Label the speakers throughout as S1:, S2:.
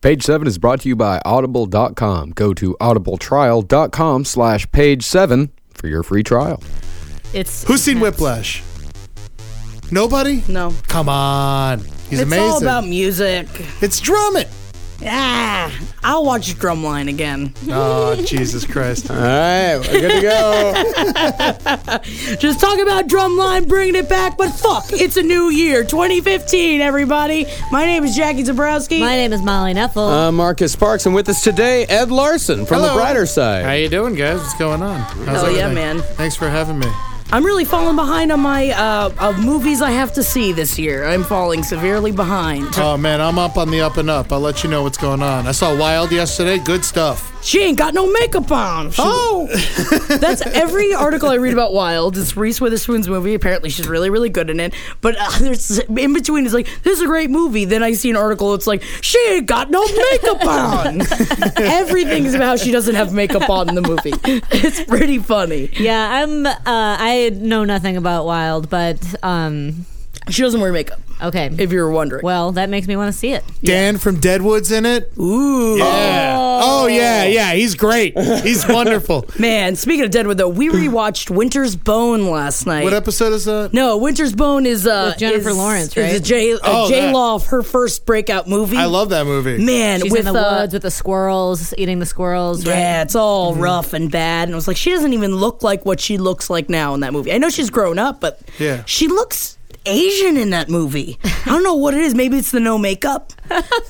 S1: Page 7 is brought to you by audible.com. Go to audibletrial.com slash page 7 for your free trial.
S2: It's
S3: Who's seen Whiplash? Nobody?
S2: no.
S3: Come on. He's
S2: it's
S3: amazing.
S2: all about music.
S3: it's drum it.
S2: Ah, I'll watch Drumline again.
S3: Oh, Jesus Christ.
S1: All right, we're good to go.
S2: Just talk about Drumline bringing it back, but fuck, it's a new year, 2015, everybody. My name is Jackie Zabrowski.
S4: My name is Molly
S2: Uh.
S4: Neffel.
S1: I'm Marcus Parks, and with us today, Ed Larson from The
S3: Hello.
S1: Brighter Side.
S3: How you doing, guys? What's going on? How's
S2: Oh, yeah,
S3: everything?
S2: man.
S3: Thanks for having me.
S2: I'm really falling behind on my uh, of movies I have to see this year. I'm falling severely behind.
S3: Oh, man, I'm up on the up and up. I'll let you know what's going on. I saw Wild yesterday. Good stuff.
S2: She ain't got no makeup on. oh, that's every article I read about Wild. It's Reese Witherspoon's movie. Apparently, she's really, really good in it. But uh, there's in between is like this is a great movie. Then I see an article. It's like she ain't got no makeup on. Everything is about how she doesn't have makeup on in the movie. It's pretty funny.
S4: yeah, I'm. Uh, I know nothing about Wild, but um,
S2: She doesn't wear makeup.
S4: okay.
S2: If you were wondering.
S4: well, that makes me want to see it.
S3: Dan from Deadwood's in it.
S2: Ooh.
S3: Yeah. Oh, yeah, yeah. He's great. He's wonderful.
S2: Man, speaking of Deadwood, though, we rewatched Winter's Bone last night.
S3: What episode is that?
S2: No, Winter's Bone is uh,
S4: With Jennifer
S2: is-
S4: Lawrence,
S2: Is a
S4: right?
S2: J,
S3: Oh, that.
S2: Law of her first breakout movie.
S3: I love that movie.
S2: man
S4: She's
S2: with
S4: in the
S2: uh,
S4: woods with the squirrels, eating the squirrels. Right?
S2: Yeah, it's all
S3: Mm-hmm.
S2: rough and bad. And I was like, she doesn't even look like what she looks like now in that movie. I know she's grown up, but
S3: Yeah.
S2: she looks Asian in that movie. I don't know what it is. Maybe it's the no makeup.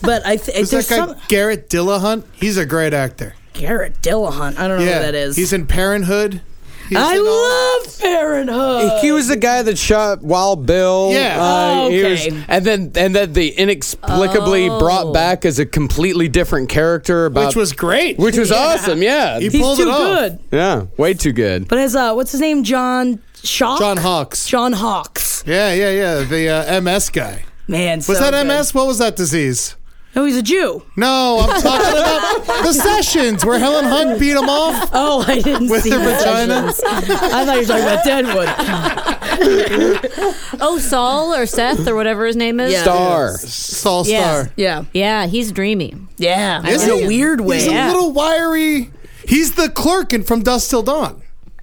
S2: But I think
S3: Is that
S2: there's
S3: guy
S2: some
S3: Garrett Dillahunt? He's a great actor.
S2: Garrett Dillahunt. I don't know who that is.
S3: He's in Parenthood. He's
S2: I
S3: in all-
S2: love Parenthood.
S1: he was the guy that shot Wild Bill.
S3: Yeah.
S1: Uh, he was-
S2: Oh, Okay. Oh.
S1: and then and then they inexplicably brought back as a completely different character about
S3: which was great.
S1: which was awesome. Yeah.
S3: he
S2: He's
S3: pulled
S2: too
S3: it off.
S2: good.
S1: yeah. Way too good.
S2: But as uh, what's his name? John Shaw.
S3: John Hawks.
S2: John Hawks.
S3: yeah, yeah, yeah. The uh, MS guy.
S2: Man,
S3: Was that MS? What was that disease?
S2: No, he's a Jew.
S3: No, I'm talking about the sessions where Helen Hunt beat him off.
S2: Oh, I didn't
S3: With
S2: see
S3: her
S2: that.
S3: vagina?
S2: I thought you were talking about Deadwood.
S4: Oh, Saul or Seth or whatever his name is.
S2: Yeah.
S1: Star.
S3: Saul
S4: Yeah.
S3: Star.
S2: Yeah,
S4: Yeah, he's dreamy.
S2: yeah.
S3: Is
S2: in
S3: he?
S2: a weird way.
S3: He's a little wiry. He's the clerk in From Dust Till Dawn.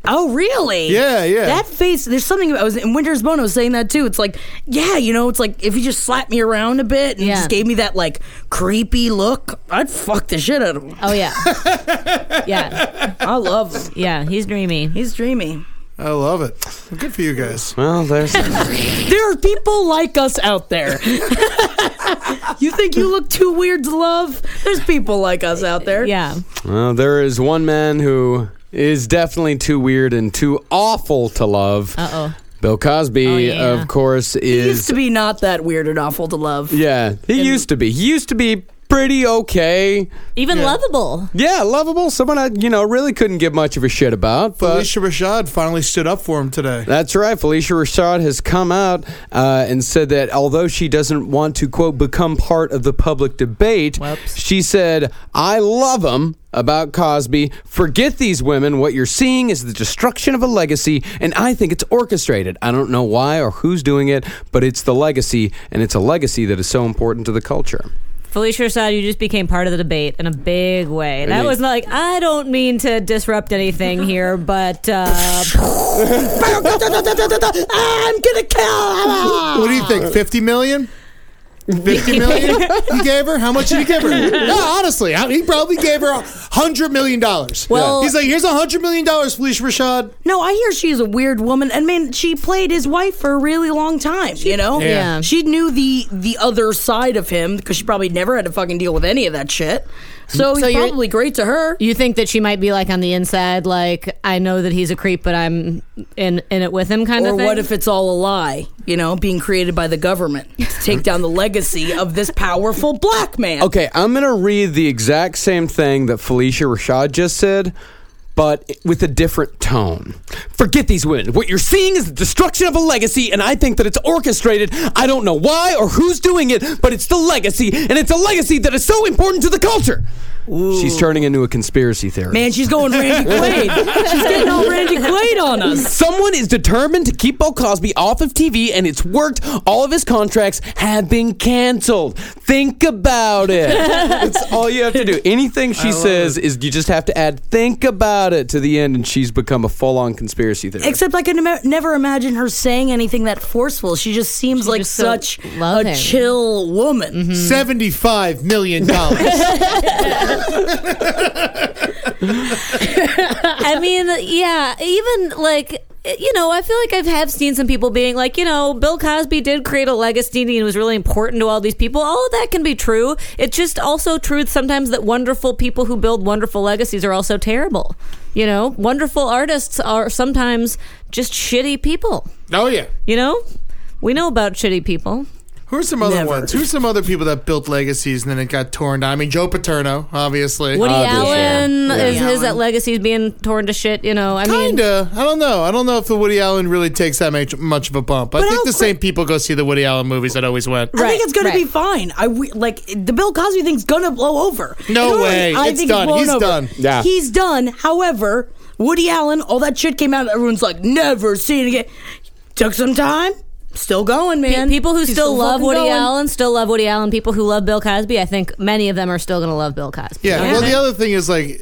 S2: Oh, really?
S3: Yeah, yeah.
S2: That face. There's something. about- I was in Winter's Bone. I was saying that too. It's like, yeah, you know, it's like if he just slapped me around a bit and
S4: Yeah.
S2: just gave me that like creepy look, I'd fuck the shit out of him.
S4: Oh yeah, yeah,
S2: I love him.
S4: yeah. He's dreamy.
S2: He's dreamy.
S3: I love it. Good for you guys.
S1: Well, there's
S2: There are people like us out there. you think you look too weird to love? There's people like us out there.
S4: Yeah.
S1: well, Uh, there is one man who is definitely too weird and too awful to love.
S4: Uh oh.
S1: Bill Cosby,
S4: Oh, yeah.
S1: of course,
S2: He
S1: is
S2: used to be not that weird and awful to love.
S1: yeah. He used to be. He used to be pretty okay.
S4: Even lovable.
S1: Yeah, lovable. Someone I you know really couldn't give much of a shit about. But
S3: Alicia Rashad finally stood up for him today.
S1: That's right. Felicia Rashad has come out uh, and said that although she doesn't want to, quote, become part of the public debate, she said, I love him about Cosby. Forget these women. What you're seeing is the destruction of a legacy, and I think it's orchestrated. I don't know why or who's doing it, but it's the legacy, and it's a legacy that is so important to the culture.
S4: Felicia Rashad, you just became part of the debate in a big way. That was like, I don't mean to disrupt anything here, but uh,
S2: I'm gonna kill him.
S3: What do you think? 50 million? Fifty million you gave her? How much did you give her? No, honestly, I- he probably gave her hundred million dollars.
S2: Well-
S3: he's like, here's hundred million dollars, Felicia Rashad.
S2: No, I hear she's a weird woman. I mean, she played his wife for a really long time. you know,
S3: Yeah.
S4: yeah.
S2: She knew the the other side of him because she probably never had to fucking deal with any of that shit. So,
S4: So
S2: he's
S4: you're-
S2: probably great to her.
S4: You think that she might be like on the inside, like I know that he's a creep, but I'm in in it with him, kind
S2: Or
S4: of thing.
S2: what if it's all a lie? You know, being created by the government to take down the legacy of this powerful black man.
S1: Okay, I'm going to read the exact same thing that Felicia Rashad just said, but with a different tone. Forget these women. What you're seeing is the destruction of a legacy, and I think that it's orchestrated. I don't know why or who's doing it, but it's the legacy, and it's a legacy that is so important to the culture. She's turning into a conspiracy theorist.
S2: Man, she's going Randy Quaid. she's getting all Randy Quaid on us.
S1: Someone is determined to keep Bill Cosby off of TV, and it's worked. All of his contracts have been canceled. Think about it. That's all you have to do. Anything she says is you just have to add "think about it" to the end, and she's become a full-on conspiracy theorist.
S2: Except I could ima- never imagine her saying anything that forceful. She just seems like
S4: just so Mm-hmm.
S2: such
S4: loving.
S2: a chill woman.
S3: Seventy-five million dollars.
S4: I mean, yeah, even like you know, I feel like I've have seen some people being like, you know, Bill Cosby did create a legacy and he was really important to all these people. All of that can be true. It's just also true sometimes that wonderful people who build wonderful legacies are also terrible. You know, wonderful artists are sometimes just shitty people.
S3: oh yeah.
S4: You know, we know about shitty people.
S3: Who are some other
S2: Never.
S3: ones? Who are some other people that built legacies and then it got torn down? I mean, Joe Paterno, obviously.
S4: Woody
S1: Obviously.
S4: Allen
S1: Yeah.
S4: is
S2: Woody
S4: his
S2: Allen.
S4: legacy is being torn to shit. You know, I mean,
S3: Kinda. I don't know. I don't know if the Woody Allen really takes that much, much of a bump. I think
S2: how
S3: the
S2: cra-
S3: same people go see the Woody Allen movies that always went.
S2: I
S4: Right,
S2: think it's going to be
S4: right.
S2: fine. I re- like the Bill Cosby thing's going to blow over.
S3: No
S2: And
S3: way.
S2: I
S3: It's
S2: think
S3: done.
S2: blown
S3: He's
S2: over.
S3: done.
S1: Yeah.
S2: He's done. However, Woody Allen, all that shit came out. Everyone's like, never see it again. Took some time. Still going,
S4: Pe-
S2: man.
S4: people who
S2: He's
S4: still, love
S2: fucking
S4: Woody
S2: going.
S4: Allen still love Woody Allen. People who love Bill Cosby, I think many of them are still going to love Bill Cosby.
S3: Yeah. Well, the other thing is like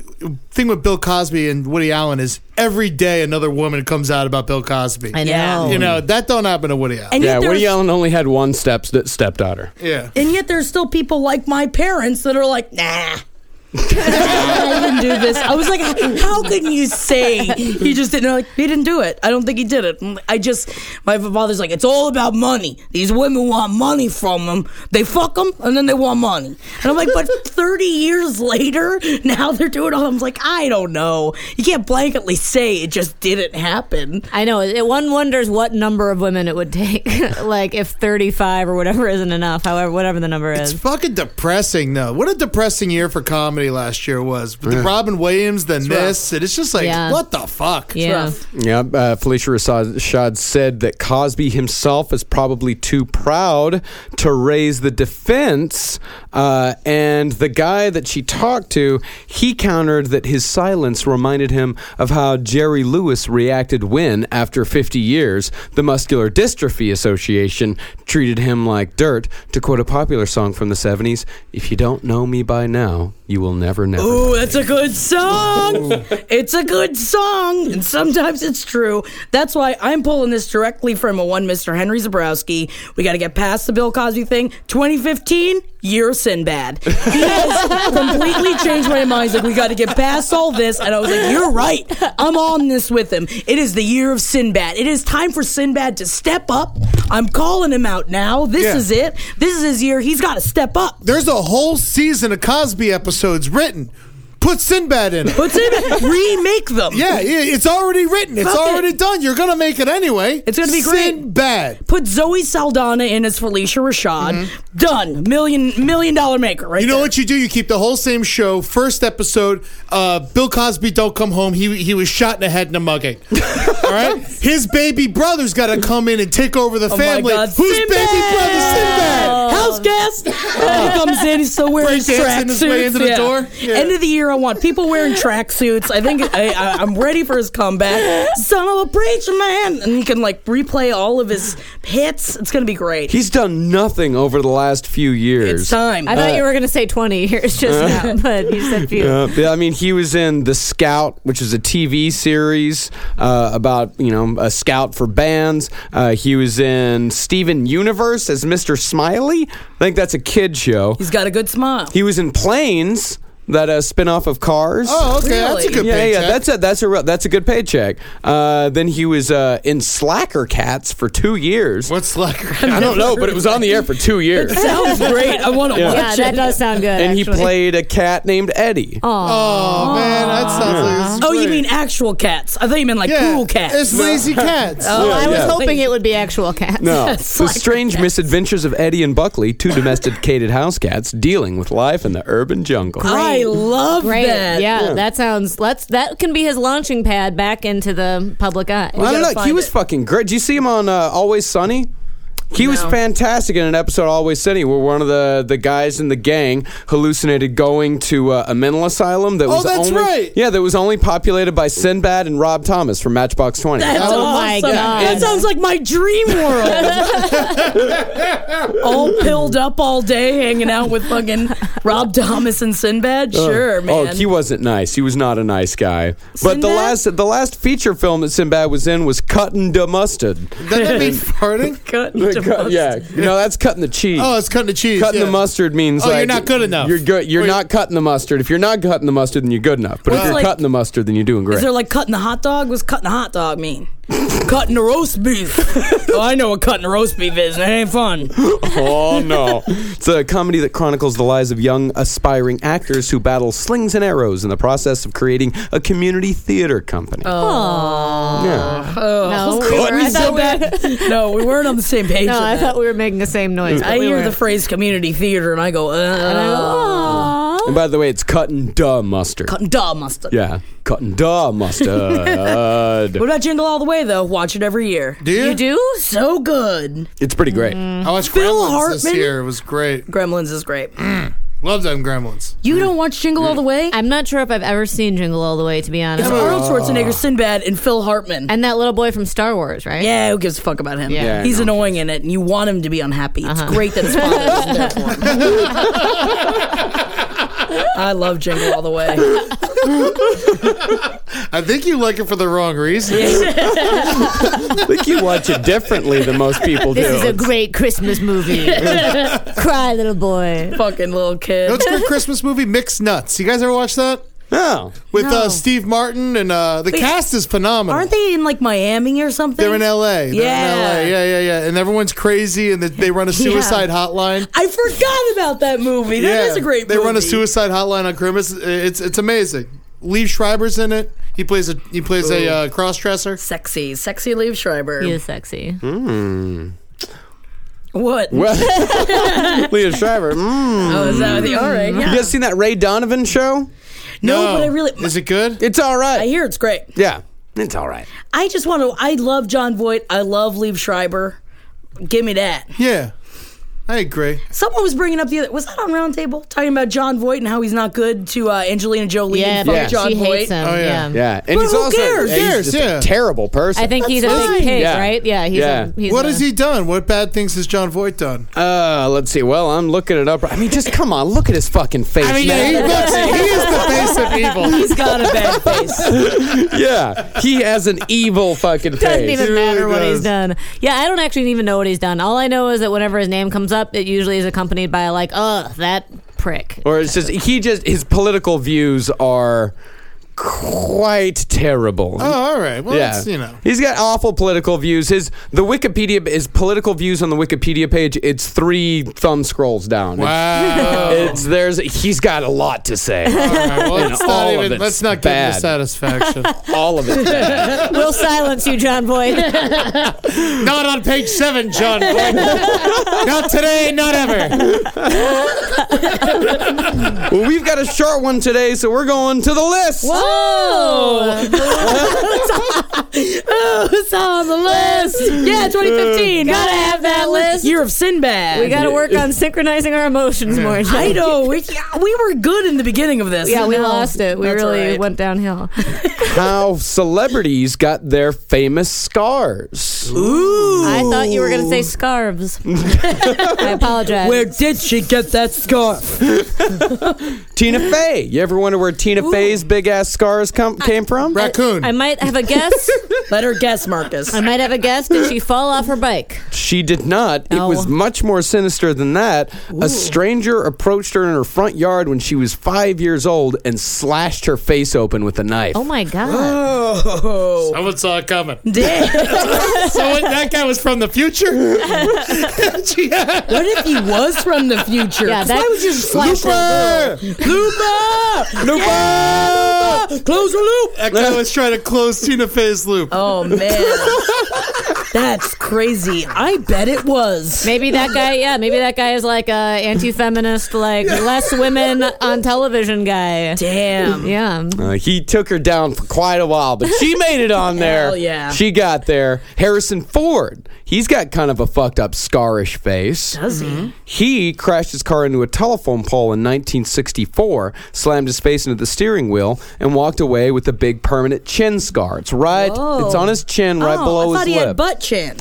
S3: thing with Bill Cosby and Woody Allen is every day another woman comes out about Bill Cosby.
S4: I know.
S2: Yeah.
S3: You know that don't happen to Woody Allen.
S2: And
S1: yeah,
S2: yet
S1: Woody
S2: there's-
S1: Allen only had one step stepdaughter.
S3: yeah.
S2: And yet there's still people like my parents that are like, nah. I didn't do this. I was like, how can you say he just didn't? They're Like, he didn't do it. I don't think he did it. I'm like, I just, my father's like, it's all about money. These women want money from them. They fuck them and then they want money. And I'm like, but 30 years later, now they're doing all. I'm like, I don't know. You can't blanketly say it just didn't happen.
S4: I know. It, one wonders what number of women it would take, like if 35 or whatever isn't enough, however, whatever the number
S3: It's
S4: is.
S3: fucking depressing though. What a depressing year for comedy last year was. With the Robin Williams, then this, and it's just like
S4: Yeah.
S3: what the fuck.
S4: Yeah.
S1: Yeah, uh, Felicia Rashad said that Cosby himself is probably too proud to raise the defense. Uh, and the guy that she talked to, he countered that his silence reminded him of how Jerry Lewis reacted when, after 50 years, the Muscular Dystrophy Association treated him like dirt. To quote a popular song from the 70s, if you don't know me by now, you will never know.
S2: Ooh, that's a good song. it's a good song, and sometimes it's true. That's why I'm pulling this directly from a one Mr. Henry Zabrowski. We got to get past the Bill Cosby thing. 2015, year of Sinbad. He has completely changed my mind. He's like, we got to get past all this, and I was like, you're right. I'm on this with him. It is the year of Sinbad. It is time for Sinbad to step up. I'm calling him out now. This
S3: Yeah.
S2: is it. This is his year. He's got to step up.
S3: There's a whole season of Cosby episodes written. Put Sinbad in it.
S2: But Sinbad, remake them.
S3: Yeah, yeah, it's already written. It's
S2: Fuck it.
S3: already done. You're gonna make it anyway.
S2: It's gonna be great.
S3: Sinbad.
S2: put Zoe Saldana in as Felicia Rashad. Done. Million million dollar maker, right?
S3: Mm-hmm. You know
S2: there.
S3: what you do? You keep the whole same show. First episode, uh, Bill Cosby don't come home. He he was shot in the head in a mugging. All right, his baby brother's got to come in and take over the
S2: Oh my
S3: family.
S2: God,
S3: Who's baby brother
S2: Sinbad!
S3: Sinbad?
S2: House guest. he comes in. He's still wearing his
S3: Breakdancing
S2: tracksuits.
S3: his way into the door? Yeah.
S2: End of the year, I want people wearing tracksuits. I think I, I, I'm ready for his comeback. Son of a preacher man, and he can like replay all of his hits. It's gonna be great.
S1: He's done nothing over the last few years.
S2: it's time.
S4: I thought you were going to say 20 years just now, but you said few.
S1: Yeah, yeah, I mean, he was in The Scout, which is a TV series uh, about about you know a scout for bands. Uh, he was in Steven Universe as Mr. Smiley. I think that's a kid show.
S2: He's got a good smile.
S1: He was in Planes, that uh, spin-off of Cars.
S3: Oh, okay, that's a good
S1: yeah,
S3: paycheck.
S1: yeah, that's a that's a real, that's a good paycheck. Uh, then he was uh, in Slacker Cats for two years.
S3: What's like?
S1: I don't know, but it was on the air for two years,
S2: Sounds great. I want to
S1: Yeah.
S2: watch
S4: Yeah,
S2: it.
S4: that does sound good.
S1: and he
S4: actually.
S1: played a cat named Eddie.
S3: Oh man, that sounds like. this is
S2: Oh, you
S3: great.
S2: mean actual cats? I thought you meant like
S3: yeah,
S2: cool cats.
S3: It's lazy cats.
S4: Oh, I was
S1: yeah.
S4: hoping it would be actual cats.
S1: No, the
S2: Slacker
S1: strange
S2: Cats.
S1: misadventures of Eddie and Buckley, two domesticated house cats dealing with life in the urban jungle.
S2: I love
S4: Great.
S2: that.
S4: Yeah, that sounds. Let's. That can be his launching pad back into the public eye.
S1: I
S2: gotta
S1: don't know. He
S2: find
S1: was
S2: it.
S1: fucking great. Did you see him on uh, Always Sunny? He was
S2: No.
S1: fantastic in an episode of Always Sunny where one of the, the guys in the gang hallucinated going to uh, a mental asylum that
S3: Oh,
S1: was
S3: that's
S1: only
S3: right.
S1: yeah that was only populated by Sinbad and Rob Thomas from Matchbox Twenty.
S2: That's
S3: Oh
S4: my
S2: awesome.
S4: God.
S2: That sounds like my dream world. all pilled up all day, hanging out with fucking Rob Thomas and Sinbad. Sure, man.
S1: Oh, he wasn't nice. He was not a nice guy. But the
S2: Sinbad?
S1: last the last feature film that Sinbad was in was Cutting the Mustard.
S3: Doesn't that mean farting?
S2: Cut to
S1: Cut-
S2: bust.
S1: yeah, no, that's cutting the cheese.
S3: Oh, it's cutting the cheese.
S1: cutting
S3: yeah.
S1: the mustard means
S3: Oh,
S1: like,
S3: you're not good enough.
S1: You're good. You're
S3: Wait.
S1: not cutting the mustard. If you're not cutting the mustard, then you're good enough. But if
S2: Well,
S1: you're
S2: like-
S1: cutting the mustard, then you're doing great.
S2: Is there like cutting the hot dog? What's cutting the hot dog mean? cutting the roast beef. oh, I know what cutting the roast beef is, and it ain't fun.
S1: oh no! It's a comedy that chronicles the lives of young aspiring actors who battle slings and arrows in the process of creating a community theater company.
S3: Oh.
S4: Aw.
S1: Yeah.
S4: No, we were, I, thought we were,
S2: no, we weren't on the same page.
S4: no
S2: on
S4: I
S2: that.
S4: thought we were making the same noise. but
S2: I
S4: we
S2: hear the
S4: weren't.
S2: phrase community theater, and I go,
S4: And I
S2: uh,
S4: go, "Aw."
S1: And by the way, it's cutting duh mustard.
S2: cutting duh mustard.
S1: yeah, cutting duh mustard.
S2: What about Jingle All the Way though? Watch it every year.
S3: Do you?
S4: You do?
S2: So good.
S1: it's pretty great.
S3: I watched
S2: Phil
S3: Gremlins this
S2: Hartman?
S3: year. It was great.
S2: Gremlins is great.
S3: Mm. Love them Gremlins.
S2: You don't watch Jingle All the Way?
S4: I'm not sure if I've ever seen Jingle All the Way, to be honest.
S2: It's Arnold Schwarzenegger, Sinbad, and Phil Hartman.
S4: And that little boy from Star Wars, right?
S2: yeah, Uh-huh. who gives a fuck about him?
S4: Yeah.
S2: He's annoying in it, and you want him to be unhappy. It's great that his father isn't there for him. I love Jingle All the Way.
S3: I think you like it for the wrong reason.
S1: I think you watch it differently than most people do.
S4: great Christmas movie. Cry, little boy.
S2: Fucking little
S3: You know
S2: kid.
S3: what's a good Christmas movie? Mixed Nuts. You guys ever watch that?
S1: oh.
S3: With uh, Steve Martin and uh, the cast is phenomenal.
S2: Aren't they in like Miami or something?
S3: They're in L.A. They're
S2: Yeah.
S3: in L.A. Yeah, yeah, yeah. And everyone's crazy, and they- they run a suicide hotline.
S2: I forgot about that movie. That is
S3: yeah,
S2: a great
S3: They
S2: movie.
S3: run a suicide hotline on Christmas. It's it's amazing. Lee Schreiber's in it. He plays a he plays a uh, cross dresser.
S2: Sexy, sexy Liev Schreiber.
S4: He is sexy.
S2: Hmm. What?
S1: Well, Leah Shriver. Mm.
S2: Oh, is that the all right? Yeah.
S1: You guys seen that Ray Donovan show?
S2: No, but I really.
S3: is it good?
S1: It's all right.
S2: I hear it's great.
S1: yeah, it's all right.
S2: I just want to. I love John Voight. I love Liev Schreiber. Give me that.
S3: Yeah, I agree.
S2: Someone was bringing up the other. Was that on Roundtable talking about John Voight and how he's not good to uh, Angelina Jolie?
S4: Yeah,
S2: and fuck
S1: Yeah.
S2: John
S4: she
S2: Voight.
S4: hates him.
S3: Oh, yeah.
S4: yeah.
S1: Yeah, and
S2: But
S1: he's
S2: who
S1: also
S2: cares?
S1: and he's
S3: Cares,
S1: just
S3: yeah.
S1: a terrible person.
S4: I think he's a
S3: fine.
S4: big pig,
S1: Yeah.
S4: right? Yeah, he's
S1: Yeah.
S4: a. He's
S3: What
S4: a,
S3: has he done? What bad things has John Voight done?
S2: Um,
S1: Uh, let's see. Well, I'm looking it up. I mean, just come on, look at his fucking face,
S3: he,
S1: man.
S3: looks, he is the face of evil.
S2: He's got a bad face.
S1: yeah, he has an evil fucking face.
S4: doesn't even matter what
S3: does.
S4: he's done. Yeah, I don't actually even know what he's done. All I know is that whenever his name comes up, it usually is accompanied by like, "Ugh, that prick."
S1: or it's just he just his political views are quite terrible.
S3: Oh, all right. Well,
S1: Yeah,
S3: that's, you know.
S1: he's got awful political views. His the Wikipedia his political views on the Wikipedia page. It's three thumb scrolls down.
S3: Wow.
S1: It's there's he's got a lot to say.
S3: all right, well,
S1: And
S3: let's
S1: all
S3: not,
S1: of
S3: even,
S1: it's
S3: let's not give him
S1: bad.
S3: satisfaction.
S1: All of it.
S4: we'll silence you, John Boyd.
S3: not on page seven, John. Voight. not today, not ever.
S1: well, we've got a short one today, so we're going to the list.
S2: Oh, it's on the list. Yeah, 2015.
S4: Gotta have that list.
S2: Year of Sinbad.
S4: We got to work on synchronizing our emotions more.
S2: I know. We, yeah, we were good in the beginning of this.
S4: Yeah, we
S2: No.
S4: lost it. We
S2: That's all
S4: really
S2: right.
S4: went downhill.
S1: How celebrities got their famous scars.
S4: I thought you were going to say scarves. I apologize.
S2: Where did she get that scarf?
S1: Tina Fey. You ever wonder where Tina Fey's big ass scars come, came from?
S3: Raccoon.
S4: I might have a guess.
S2: Let her guess, Marcus.
S4: I might have a guess. Did she fall off her bike?
S1: She did not.
S4: No.
S1: It was much more sinister than that. A stranger approached her in her front yard when she was five years old and slashed her face open with a knife.
S4: Oh my god.
S2: Oh.
S3: Someone saw it coming.
S2: Damn.
S3: so what, that guy was from the future. yeah.
S2: What if he was from the future?
S4: Yeah, that-
S2: Why would you slash
S3: Looper!
S2: Lupa!
S1: Looper!
S2: Close the loop!
S3: That guy was trying to close Tina Fey's loop.
S2: Oh, man. That's crazy. I bet it was.
S4: Maybe that guy, yeah, maybe that guy is like a anti-feminist, like less women on television guy.
S2: Damn.
S4: Yeah.
S1: Uh, he took her down for quite a while, but she made it on there.
S2: Hell yeah.
S1: She got there. Harrison Ford, he's got kind of a fucked up scarish face. Does he?
S4: Mm-hmm.
S1: He crashed his car into a telephone pole in 1964, slammed his face into the steering wheel, and walked away with a big permanent chin scar. It's right,
S2: Whoa.
S1: it's on his chin, right
S2: oh,
S1: below
S2: I thought
S1: his
S2: he
S1: lip.
S2: had butt chin.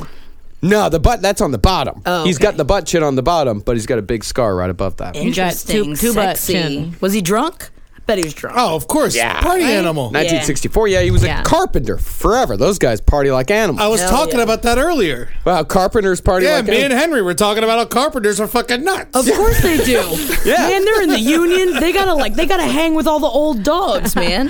S1: no, the butt, that's on the bottom.
S2: Oh,
S1: He's
S2: okay.
S1: got the butt chin on the bottom, but he's got a big scar right above that.
S4: You got two-
S2: Interesting,
S4: two butt
S2: sexy.
S4: chin.
S2: Was he drunk? I bet he was drunk.
S3: Oh, of course. Party animal.
S1: 1964, yeah, he was
S4: Yeah.
S1: a carpenter forever. Those guys party like animals.
S3: I was talking
S2: yeah.
S3: about that earlier.
S1: Wow, carpenters party
S3: Yeah,
S1: like
S3: me and Henry were talking about how carpenters are fucking nuts.
S2: Of course they do.
S1: Yeah.
S2: Man, they're in the union. They gotta like they gotta hang with all the old dogs, man.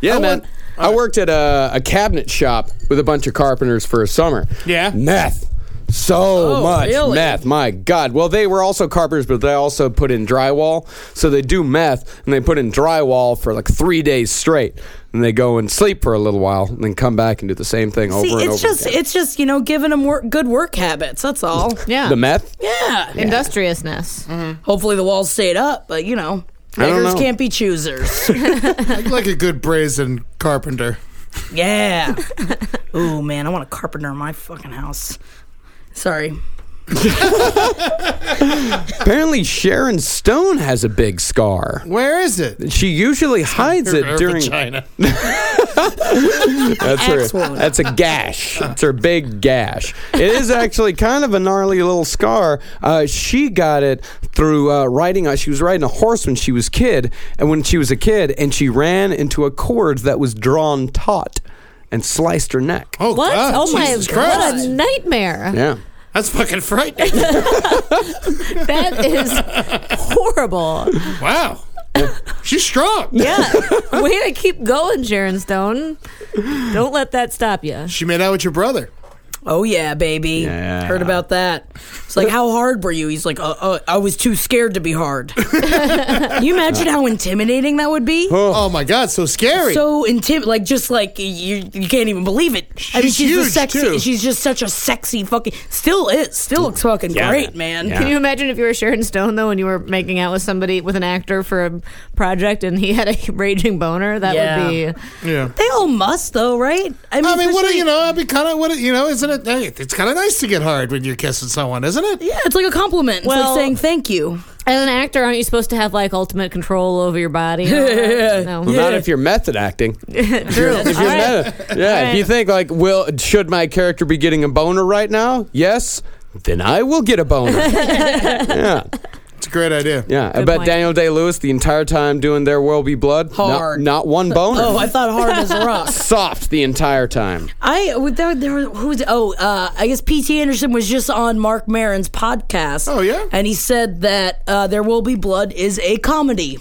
S1: yeah, man. I worked at a, a cabinet shop with a bunch of carpenters for a summer.
S3: Yeah.
S1: meth. So
S2: Oh,
S1: much
S2: really?
S1: meth, my God. Well, they were also carpenters, but they also put in drywall. So they do meth and they put in drywall for like three days straight. And they go and sleep for a little while and then come back and do the same thing over
S2: See,
S1: and
S2: it's
S1: over.
S2: just
S1: again.
S2: it's just you know giving them work, good work habits. That's all.
S4: Yeah.
S1: the meth?
S2: Yeah.
S4: Industriousness.
S2: Hopefully the walls stayed up, but you know,
S1: I don't
S2: beggars
S1: know.
S2: can't be choosers.
S3: Like- like a good brazen carpenter.
S2: yeah. Ooh man, I want a carpenter in my fucking house. Sorry.
S1: Apparently, Sharon Stone has a big scar.
S3: Where is it?
S1: She usually hides it
S3: Her
S1: during.
S3: vagina.
S1: That's
S2: Axe
S1: her.
S2: wound.
S1: That's a gash. It's her big gash. It is actually kind of a gnarly little scar. Uh, she got it through uh, riding. Uh, she was riding a horse when she was kid, and when she was a kid, and she ran into a cord that was drawn taut and sliced her neck.
S3: Oh,
S4: What?
S3: God.
S4: oh my
S3: Jesus
S4: god.
S3: Christ.
S4: What a nightmare.
S1: Yeah.
S3: That's fucking frightening.
S4: That is horrible.
S3: wow. She's strong.
S4: Yeah. Way to keep going, Sharon Stone. Don't let that stop you.
S3: She made out with your brother.
S2: Oh yeah, baby.
S1: Yeah.
S2: Heard about that. It's like, how hard were you? He's like, uh, uh, I was too scared to be hard. Can you imagine how intimidating that would be?
S3: Oh, my God. So scary.
S2: So intim, like just like you, you can't even believe it. I mean,
S3: She's
S2: she's a
S3: huge,
S2: sexy.
S3: too.
S2: She's just such a sexy fucking. Still is. Still looks fucking great, man.
S1: Yeah.
S2: Can
S4: Can
S2: you-
S4: you imagine if you were Sharon Stone though, and you were making out with somebody with an actor for a project, and he had a raging boner? That
S2: Yeah.
S4: would be
S3: yeah.
S2: They all must though, right?
S3: I mean, what do
S2: especially-
S3: you know? I mean, kind of what do you know? Isn't it? Hey, it's kind of nice to get hard when you're kissing someone, isn't it?
S2: Yeah, it's like a compliment. It's
S4: Well-
S2: like saying thank you.
S4: as an actor. Aren't you supposed to have like ultimate control over your body? No.
S1: Well, Not if you're method acting.
S4: True.
S1: If you're method, yeah. If you think like, will should my character be getting a boner right now? Yes. Then I will get a boner. yeah.
S3: It's a great idea.
S1: Yeah, I bet
S4: point.
S1: Daniel Day Lewis the entire time doing There Will Be Blood. not-
S2: Hard.
S1: Not, one boner.
S2: Oh, I thought hard as rock.
S1: Soft the entire time.
S2: I with there, there was who was oh uh, I guess P.T. Anderson was just on Mark Maron's podcast.
S3: Oh, yeah?
S2: and he said that uh, there will be blood is a comedy.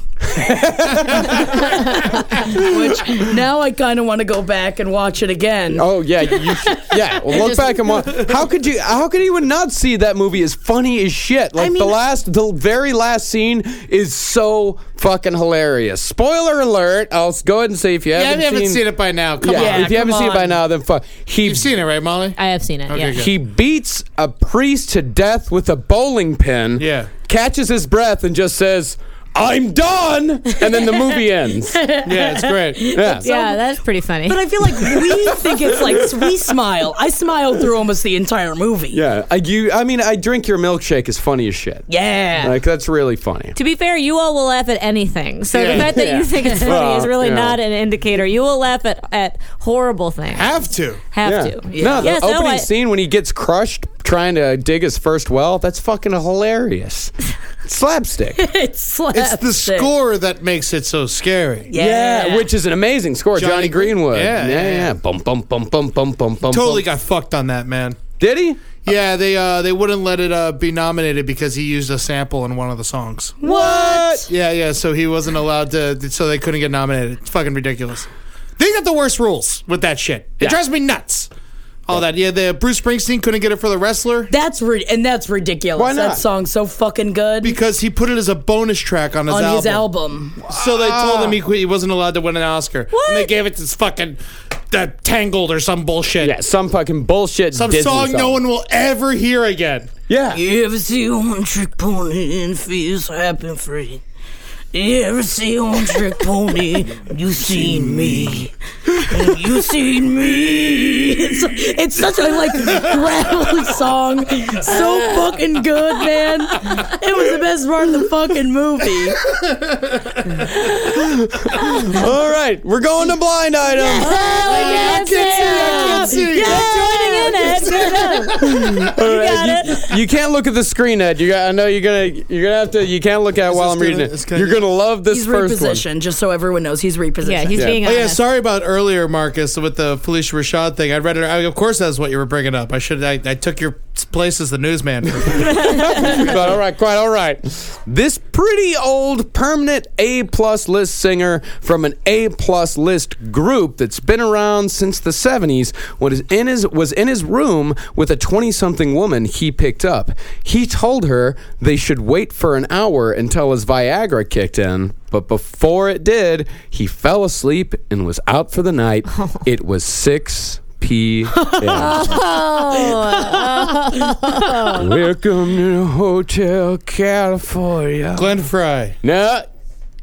S2: Which now I kind of want to go back and watch it again.
S1: Oh yeah, you, should- yeah. Well, look back and watch. How could you? How could anyone not see that movie as funny as shit? Like the
S2: mean-
S1: last, the very last scene is so fucking hilarious. Spoiler alert! I'll go ahead and say if you
S3: Yeah,
S1: haven't,
S3: if you haven't seen, it by now, come
S1: yeah,
S3: on.
S1: if you haven't
S2: come
S1: seen it by
S2: on.
S1: now, then fuck. He
S3: You've seen it, right, Molly?
S4: I have seen it. yeah.
S3: good.
S1: He beats a priest to death with a bowling pin.
S3: Yeah.
S1: Catches his breath and just says, "I'm done," and then the movie ends.
S3: yeah, it's great.
S1: Yeah.
S4: Yeah, that's pretty funny.
S2: But I feel like we think it's like we smile. I smiled through almost the entire movie.
S1: Yeah. I, you. I mean, I drink your milkshake is funny as shit.
S2: Yeah.
S1: Like that's really funny.
S4: to be fair, you all will laugh at anything. So
S3: Yeah.
S4: the fact that
S1: Yeah.
S4: you think it's funny
S1: Well,
S4: is really
S1: you know.
S4: not an indicator. You will laugh at, at horrible things.
S3: Have to.
S4: Have
S1: yeah.
S4: to.
S1: No, the
S4: Yes, no,
S1: opening
S4: I-
S1: scene when he gets crushed trying to dig his first well, that's fucking hilarious. Slapstick.
S2: It's
S3: It's the
S2: slapstick.
S3: score that makes it so scary.
S2: Yeah.
S1: which is an amazing score. Johnny,
S3: Johnny Gre-
S1: Greenwood.
S3: Yeah,
S1: yeah,
S3: yeah, yeah.
S1: Bum, bum, bum, bum, bum, bum, bum.
S3: Totally
S1: bum.
S3: got fucked on that, man.
S1: Did he?
S3: Yeah, they uh, they wouldn't let it uh, be nominated because he used a sample in one of the songs.
S1: What?
S3: Yeah, yeah. So he wasn't allowed to. So they couldn't get nominated. It's fucking ridiculous. They got the worst rules with that shit. It
S1: Yeah.
S3: drives me nuts. All that. Yeah, the Bruce Springsteen couldn't get it for the wrestler
S2: That's ri- and that's ridiculous.
S1: Why not?
S2: That song's so fucking good
S3: because he put it as a bonus track on his
S2: on
S3: album.
S2: his album.
S3: So they told him he, quit, he wasn't allowed to win an Oscar. And they gave it to this fucking that Tangled or some bullshit.
S1: Yeah, some fucking bullshit.
S3: Some
S1: Disney
S3: song no one will ever hear again.
S1: Yeah.
S2: You ever see a one trick pony and feels happen free? You ever see a one trick pony? You seen me. You seen me. It's, it's such a like gravelly song. So fucking good, man. It was the best part of the fucking movie.
S1: All right, we're going to blind item.
S4: Oh, I can't see. I can't see. Joining in, Ed.
S1: All right, you, you can't look at the screen, Ed. You got, I know you're gonna you're gonna have to. You can't look at it while
S3: this
S1: I'm reading
S3: gonna-
S1: it.
S3: it's gonna-
S1: you're gonna love this
S2: He's
S1: first one.
S2: repositioned, just so everyone knows he's repositioned.
S4: Yeah, he's
S1: Yeah.
S4: being
S3: Oh
S4: honest.
S3: yeah, sorry about earlier, Marcus, with the Felicia Rashad thing. I read it. I, of course, that's what you were bringing up. I should. I, I took your place as the newsman. For,
S1: But all right, quite all right. This pretty old permanent A plus list singer from an A plus list group that's been around since the 70s was in his was in his room with a 20 something woman he picked up. He told her they should wait for an hour until his Viagra kicked in. But before it did, he fell asleep and was out for the night. It was 6 p.m. Welcome to Hotel California.
S3: Glenn Fry,
S1: No,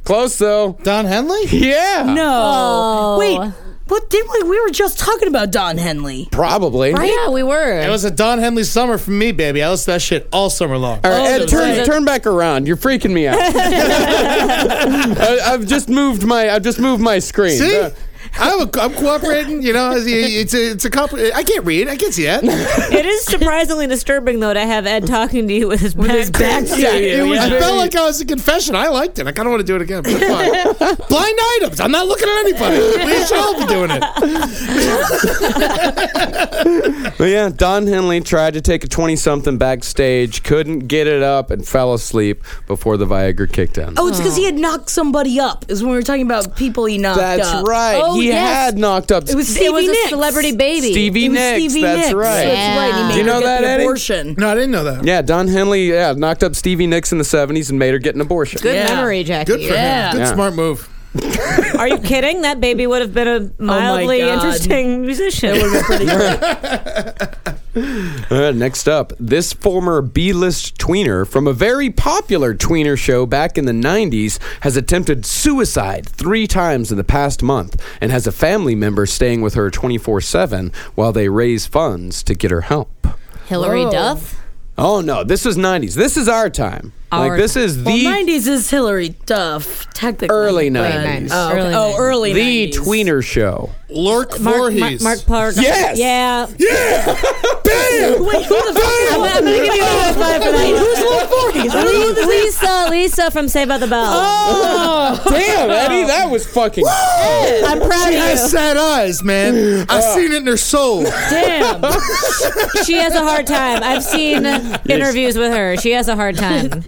S1: close though.
S3: Don Henley.
S1: Yeah.
S4: Oh.
S2: No. Wait, what did we? We were just talking about Don Henley.
S1: Probably.
S4: Right? Yeah, we were.
S3: It was a Don Henley summer for me, baby. I listened to that shit all summer long.
S1: All right, Ed,
S2: those
S1: turn,
S2: guys.
S1: turn back around. You're freaking me out. I, I've just moved my I've just moved my screen.
S3: See,
S1: Uh,
S3: I'm, a, I'm cooperating. You know, it's, it's a it's a comp- I can't read. I can't see that.
S4: It is surprisingly disturbing, though, to have Ed talking to you with his back.
S2: his back to
S3: Yeah,
S2: you.
S3: it was,
S2: yeah.
S3: I felt like I was a confession. I liked it. I kind of want to do it again. But it's fine. Blind items. I'm not looking at anybody. We should all be doing it.
S1: But yeah, Don Henley tried to take a 20 something backstage, couldn't get it up, and fell asleep before the Viagra kicked in.
S2: Oh, it's because he had knocked somebody up. Is when we were talking about people he knocked
S1: That's
S2: up.
S1: right.
S4: Oh,
S1: he
S4: yes.
S1: had knocked up
S2: It was Stevie
S4: It was
S2: Nicks.
S4: a celebrity baby.
S1: Stevie
S2: It was
S1: Nicks.
S2: Stevie
S1: that's
S2: Nicks.
S1: right.
S2: That's right. He made
S1: Do you
S2: her
S1: know
S2: get
S1: that,
S2: an
S1: Eddie?
S2: abortion.
S3: No, I didn't know that.
S1: Yeah, Don Henley, yeah, knocked up Stevie Nicks in the 70s and made her get an abortion.
S4: Good
S2: Yeah.
S4: memory, Jackie.
S3: Good for
S2: Yeah.
S3: him. Good
S1: Yeah.
S3: smart move.
S4: Are you kidding? That baby would have been
S1: Oh
S4: a
S2: my
S4: mildly
S2: God.
S4: interesting musician.
S1: Uh, next up, this former B list tweener from a very popular tweener show back in the 90s has attempted suicide three times in the past month and has a family member staying with her 24 7 while they raise funds to get her help.
S4: Hillary
S2: Whoa.
S4: Duff.
S1: Oh no, this is 90s. This is our time.
S4: Our
S1: like, this is
S2: Well,
S1: the
S2: 90s is Hillary Duff, technically.
S1: early
S2: but-
S1: 90s.
S2: Oh,
S4: Early
S2: early, oh,
S4: 90s.
S2: early
S1: the
S2: 90s.
S1: tweener show.
S3: Lurk
S4: Mark, Mar-
S3: Voorhees.
S4: Mark Park.
S1: Yes!
S4: Yeah.
S2: Wait, who the fuck? I'm, I'm gonna give you a high five for that. Who's Lord 40s? I don't know who this is.
S4: Lisa, Lisa from Save by the Bell.
S1: Oh, Damn, Eddie, that was fucking.
S4: I'm proud
S3: she
S4: of you.
S3: has sad eyes, man. I've seen it in her soul.
S4: Damn. she has a hard time. I've seen interviews with her. She has a hard time.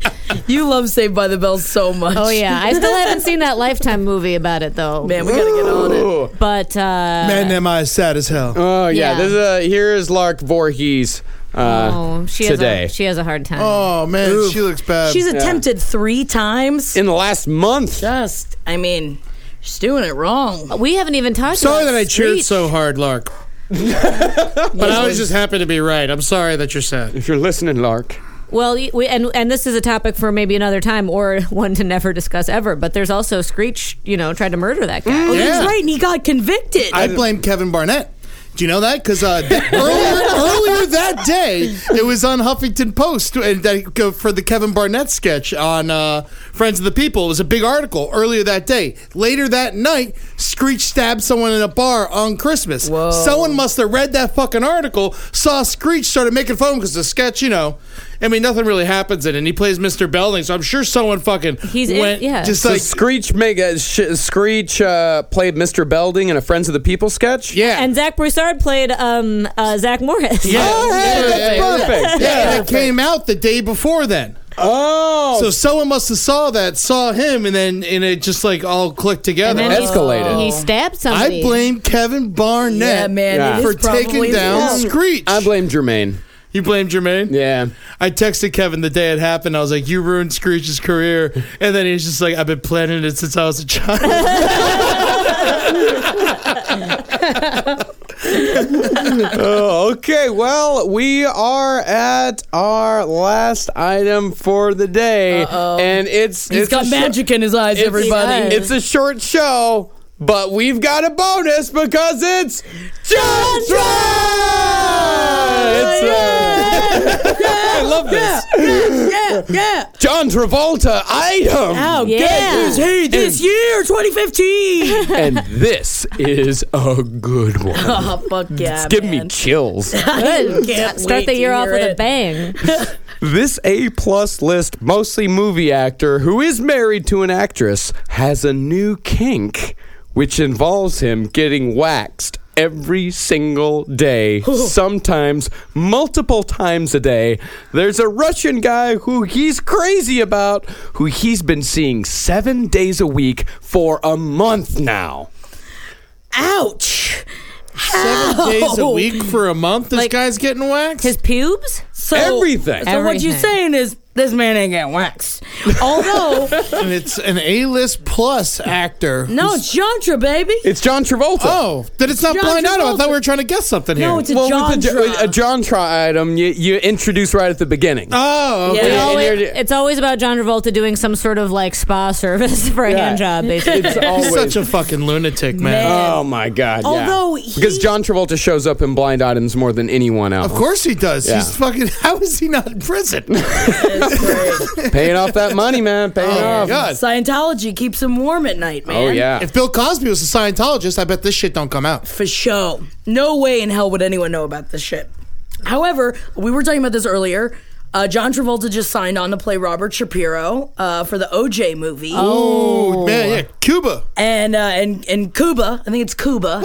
S2: You love Saved by the Bell so much.
S4: Oh yeah, I still haven't seen that Lifetime movie about it though.
S2: Man, we gotta get on it.
S4: But uh,
S3: Man, them eyes sad as hell.
S1: Oh yeah,
S4: Yeah.
S1: This is, uh, here is Lark Voorhees. Uh,
S4: oh, she has
S1: today.
S4: a, she has a hard time.
S3: Oh man, she looks bad.
S2: She's attempted three times.
S1: in the last month.
S2: Just, I mean, she's doing it wrong.
S4: We haven't even talked.
S3: sorry
S4: about
S3: that I cheered
S4: Screech.
S3: so hard, Lark. but I was just happy to be right. I'm sorry that you're sad.
S1: If you're listening, Lark.
S4: Well, y- we, and and this is a topic for maybe another time or one to never discuss ever. But there's also Screech. You know, tried to murder that guy.
S2: Oh,
S3: Yeah.
S2: that's right, and he got convicted.
S3: I blame Kevin Barnett. Do you know that? Because uh, earlier, earlier that day, it was on Huffington Post and that, go for the Kevin Barnett sketch on uh, Friends of the People. It was a big article earlier that day. Later that night, Screech stabbed someone in a bar on Christmas. Someone must have read that fucking article, saw Screech, started making fun of him because the sketch, you know. I mean, nothing really happens in it. And he plays Mr. Belding, so I'm sure someone fucking
S4: He's in-
S3: went
S4: yeah.
S3: just
S1: So
S3: like
S1: Screech make a, sh- Screech uh, played Mr. Belding in a Friends of the People sketch.
S3: yeah.
S4: And Zach Broussard played um, uh, Zach Morris.
S3: yeah,
S1: Oh, hey, that's perfect.
S3: Yeah, that came out the day before then.
S1: Oh,
S3: So someone must have saw that, saw him, and then and it just like all clicked together.
S1: then he- Escalated.
S5: He stabbed somebody.
S3: I blame Kevin Barnett
S2: Yeah, man,
S1: Yeah.
S2: it
S3: for
S2: is probably
S3: taking
S2: the-
S3: down
S2: Yeah.
S3: Screech.
S1: I blame Jermaine.
S3: you blame Jermaine?
S1: Yeah.
S3: I texted Kevin the day it happened. I was like, "You ruined Screech's career," and then he's just like, "I've been planning it since I was a child."
S1: Oh, okay. Well, we are at our last item for the day, and it's
S2: He's
S1: it's
S2: got
S1: a shor-
S2: magic in his eyes,
S1: it's-
S2: everybody.
S1: It's a short show, but we've got a bonus because it's John's It's, uh, I love this.
S2: yeah, yeah.
S1: John Travolta item.
S2: How good is he this year, 2015?
S1: and this is a good one.
S2: oh, fuck yeah.
S1: it's giving
S2: man.
S1: me chills.
S2: Good.
S4: Start the year off with a bang.
S1: this A plus list, mostly movie actor who is married to an actress, has a new kink, which involves him getting waxed every single day, sometimes multiple times a day. There's a Russian guy who he's crazy about, who he's been seeing seven days a week for a month now.
S2: Ouch.
S3: Seven days a week for a month. This
S4: Like-
S3: guy's getting waxed.
S4: His pubes?
S2: So,
S1: Everything.
S2: So what you're
S5: Everything.
S2: saying is this man ain't getting waxed. Although,
S3: and it's an A-list plus actor.
S2: no, it's Jantra, baby.
S1: It's John Travolta.
S3: Oh, then it's not
S2: John
S3: blind item. I thought
S2: Travolta.
S3: we were trying to guess something here.
S2: No, it's a
S1: well,
S2: John
S1: with a, a Jontra item, you, you introduce right at the beginning.
S3: oh, okay.
S4: It
S1: and
S4: always-
S1: you're-
S4: it's always about John Travolta doing some sort of like spa service for a
S1: Yeah.
S4: hand job, basically.
S1: it's
S3: He's
S1: always
S3: such a fucking lunatic, man.
S1: Oh my God! yeah.
S2: Although he-
S1: because John Travolta shows up in blind items more than anyone else,
S3: Of course he does.
S1: Yeah.
S3: He's fucking. How is he not in prison? oh
S1: paying off that money, man, paying
S3: my
S2: Oh,
S1: off.
S3: god.
S2: Scientology keeps him warm at night, man.
S1: Oh yeah,
S3: If Bill Cosby was a Scientologist, I bet this shit don't come out.
S2: For sure. No way in hell would anyone know about this shit. However, we were talking about this earlier. Uh, John Travolta just signed on to play Robert Shapiro uh, for the OJ movie.
S3: Oh man, yeah, Cuba.
S2: and uh, and and Cuba, I think it's Cuba.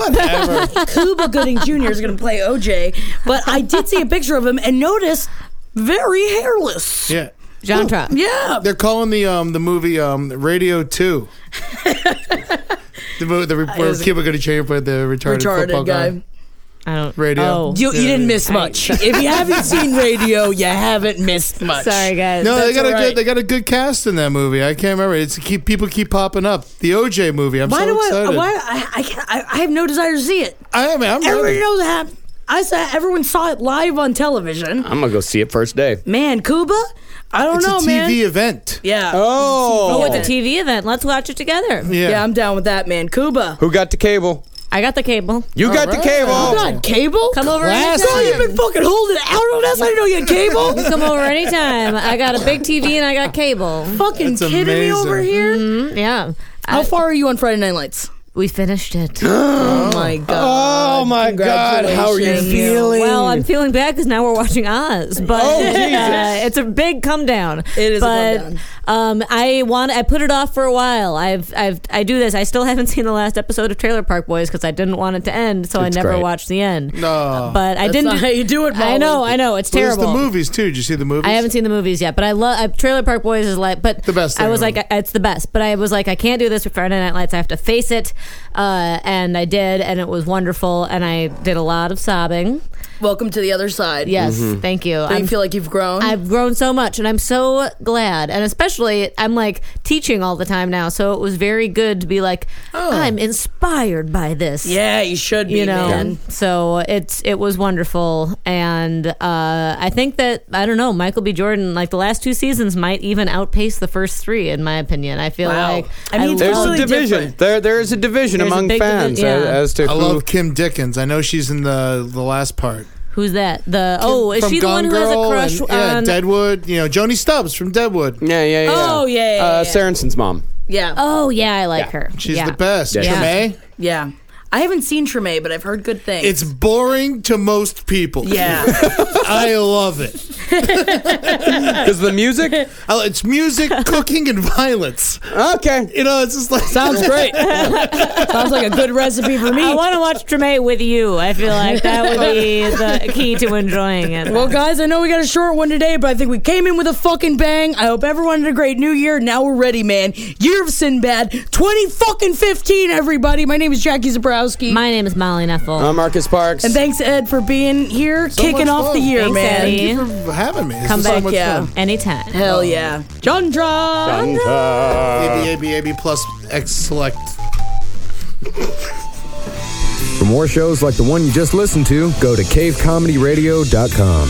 S2: Cuba Gooding Jr. is going to play OJ, but I did see a picture of him and notice very hairless.
S3: Yeah,
S5: John Trump.
S2: Yeah,
S3: they're calling the um the movie um Radio Two. the movie the, where
S2: was-
S3: Cuba Gooding Jr. played the retarded, football
S2: retarded guy.
S3: guy.
S5: I don't.
S3: Radio.
S5: Oh.
S2: You, you didn't miss much. if you haven't seen Radio, you haven't missed much.
S5: Sorry, guys.
S3: No, they
S2: That's
S3: got a
S2: all
S3: good
S2: right.
S3: they got a good cast in that movie. I can't remember. It's keep people keep popping up. The OJ movie. I'm
S2: Why
S3: so
S2: do
S3: excited.
S2: I? uh, Why I I, can't, I I have no desire to see it.
S3: I am. I'm
S2: Everyone
S3: ready.
S2: knows that. I saw everyone saw it live on television.
S1: I'm gonna go see it first day.
S2: Man, Cuba, I don't
S3: It's
S2: know,
S3: a TV
S2: man.
S3: event.
S2: Yeah.
S1: Oh,
S4: Oh, it's a TV event. Let's watch it together.
S3: Yeah.
S2: yeah, I'm down with that, man. Cuba.
S1: who got the cable?
S4: I got the cable.
S1: You got the
S3: right.
S2: Oh,
S1: cable.
S2: God, cable?
S4: Come over
S3: Classic.
S2: Girl,
S4: anytime.
S2: you've been fucking holding out on us. I didn't know you had cable.
S4: You come over anytime. I got a big TV and I got cable.
S2: fucking
S3: That's
S2: kidding me over
S3: amazing.
S2: here?
S4: Yeah.
S2: How far are you on Friday Night Lights?
S4: We finished it.
S2: Oh my god.
S1: Oh my God! How are you
S2: Congratulations.
S1: feeling?
S4: Well, I'm feeling bad because now we're watching Oz, but
S1: Oh, Jesus.
S4: uh, it's a big come down.
S2: It is a
S4: but,
S2: come
S4: Um, I want. I put it off for a while. I've, I've, I do this. I still haven't seen the last episode of Trailer Park Boys because I didn't want it to end, so
S1: It's
S4: I never
S1: great.
S4: watched the end.
S3: No.
S4: but I didn't.
S2: not
S4: do,
S2: how you do it,
S4: I know.
S2: Molly.
S4: I know. It's
S3: There's
S4: terrible.
S3: the movies too. Did you see the movies?
S4: I haven't seen the movies yet, but I love I, Trailer Park Boys is like, but
S3: The best
S4: I
S3: thing
S4: was
S3: ever.
S4: like, I, it's the best, but I was like, I can't do this with Friday Night Lights. I have to face it, uh, and I did, and it was wonderful, and I did a lot of sobbing.
S2: Welcome to the other side.
S4: Yes, thank you.
S2: I
S4: I'm,
S2: feel like you've grown.
S4: I've grown so much, and I'm so glad, and especially I'm like teaching all the time now, so it was very good to be like, I'm inspired by this
S2: yeah, you should be,
S4: you know
S2: man.
S4: so it's it was wonderful and uh i think that i don't know michael b jordan like the last two seasons might even outpace the first three in my opinion i feel
S2: Wow.
S4: like
S2: I mean, it's
S1: There's
S2: totally
S1: a division.
S2: different.
S1: There, there is a division
S4: There's a
S1: among
S4: big divi-
S1: fans uh,
S4: yeah.
S1: as, as to
S3: I
S1: who.
S3: love Kim Dickens. I know she's in the the last part.
S4: Who's that? The oh, is
S3: From
S4: she the
S3: Gone
S4: one who has a
S3: Girl
S4: crush
S3: and- yeah,
S4: on?
S3: Deadwood? You know, Joni Stubbs from Deadwood.
S1: Yeah, yeah, yeah.
S4: Oh, yeah, yeah,
S1: uh,
S4: yeah.
S1: Sarenson's mom.
S2: Yeah.
S4: Oh yeah, I like her.
S3: She's
S4: Yeah.
S3: the best.
S1: Yeah.
S3: Treme?
S2: Yeah. I haven't seen Treme, but I've heard good things.
S3: It's boring to most people.
S2: yeah.
S3: I love it.
S1: Because the music?
S3: I lo- It's music, cooking, and violence.
S1: Okay.
S3: You know, it's just like
S2: Sounds great. Sounds like a good recipe for me.
S4: I want to watch Treme with you. I feel like that would be the key to enjoying it.
S2: Well, guys, I know we got a short one today, but I think we came in with a fucking bang. I hope everyone had a great new year. Now we're ready, man. Year of Sinbad, 20 fucking 15, everybody. My name is Jackie Zabrowski.
S4: my name is Molly Neffel.
S3: Um,
S1: I'm Uh, Marcus Parks.
S2: and thanks, Ed, for being here,
S3: so
S2: kicking
S3: much
S2: off the
S3: fun.
S2: year,
S4: Thanks,
S2: man.
S4: Eddie.
S3: Thank you for having me. This
S4: Come
S3: is so
S4: back,
S3: much
S2: yeah.
S3: fun.
S4: Anytime.
S2: Hell yeah. Chandra!
S3: AB, AB, AB plus X select.
S6: For more shows like the one you just listened to, go to cavecomedyradio.com.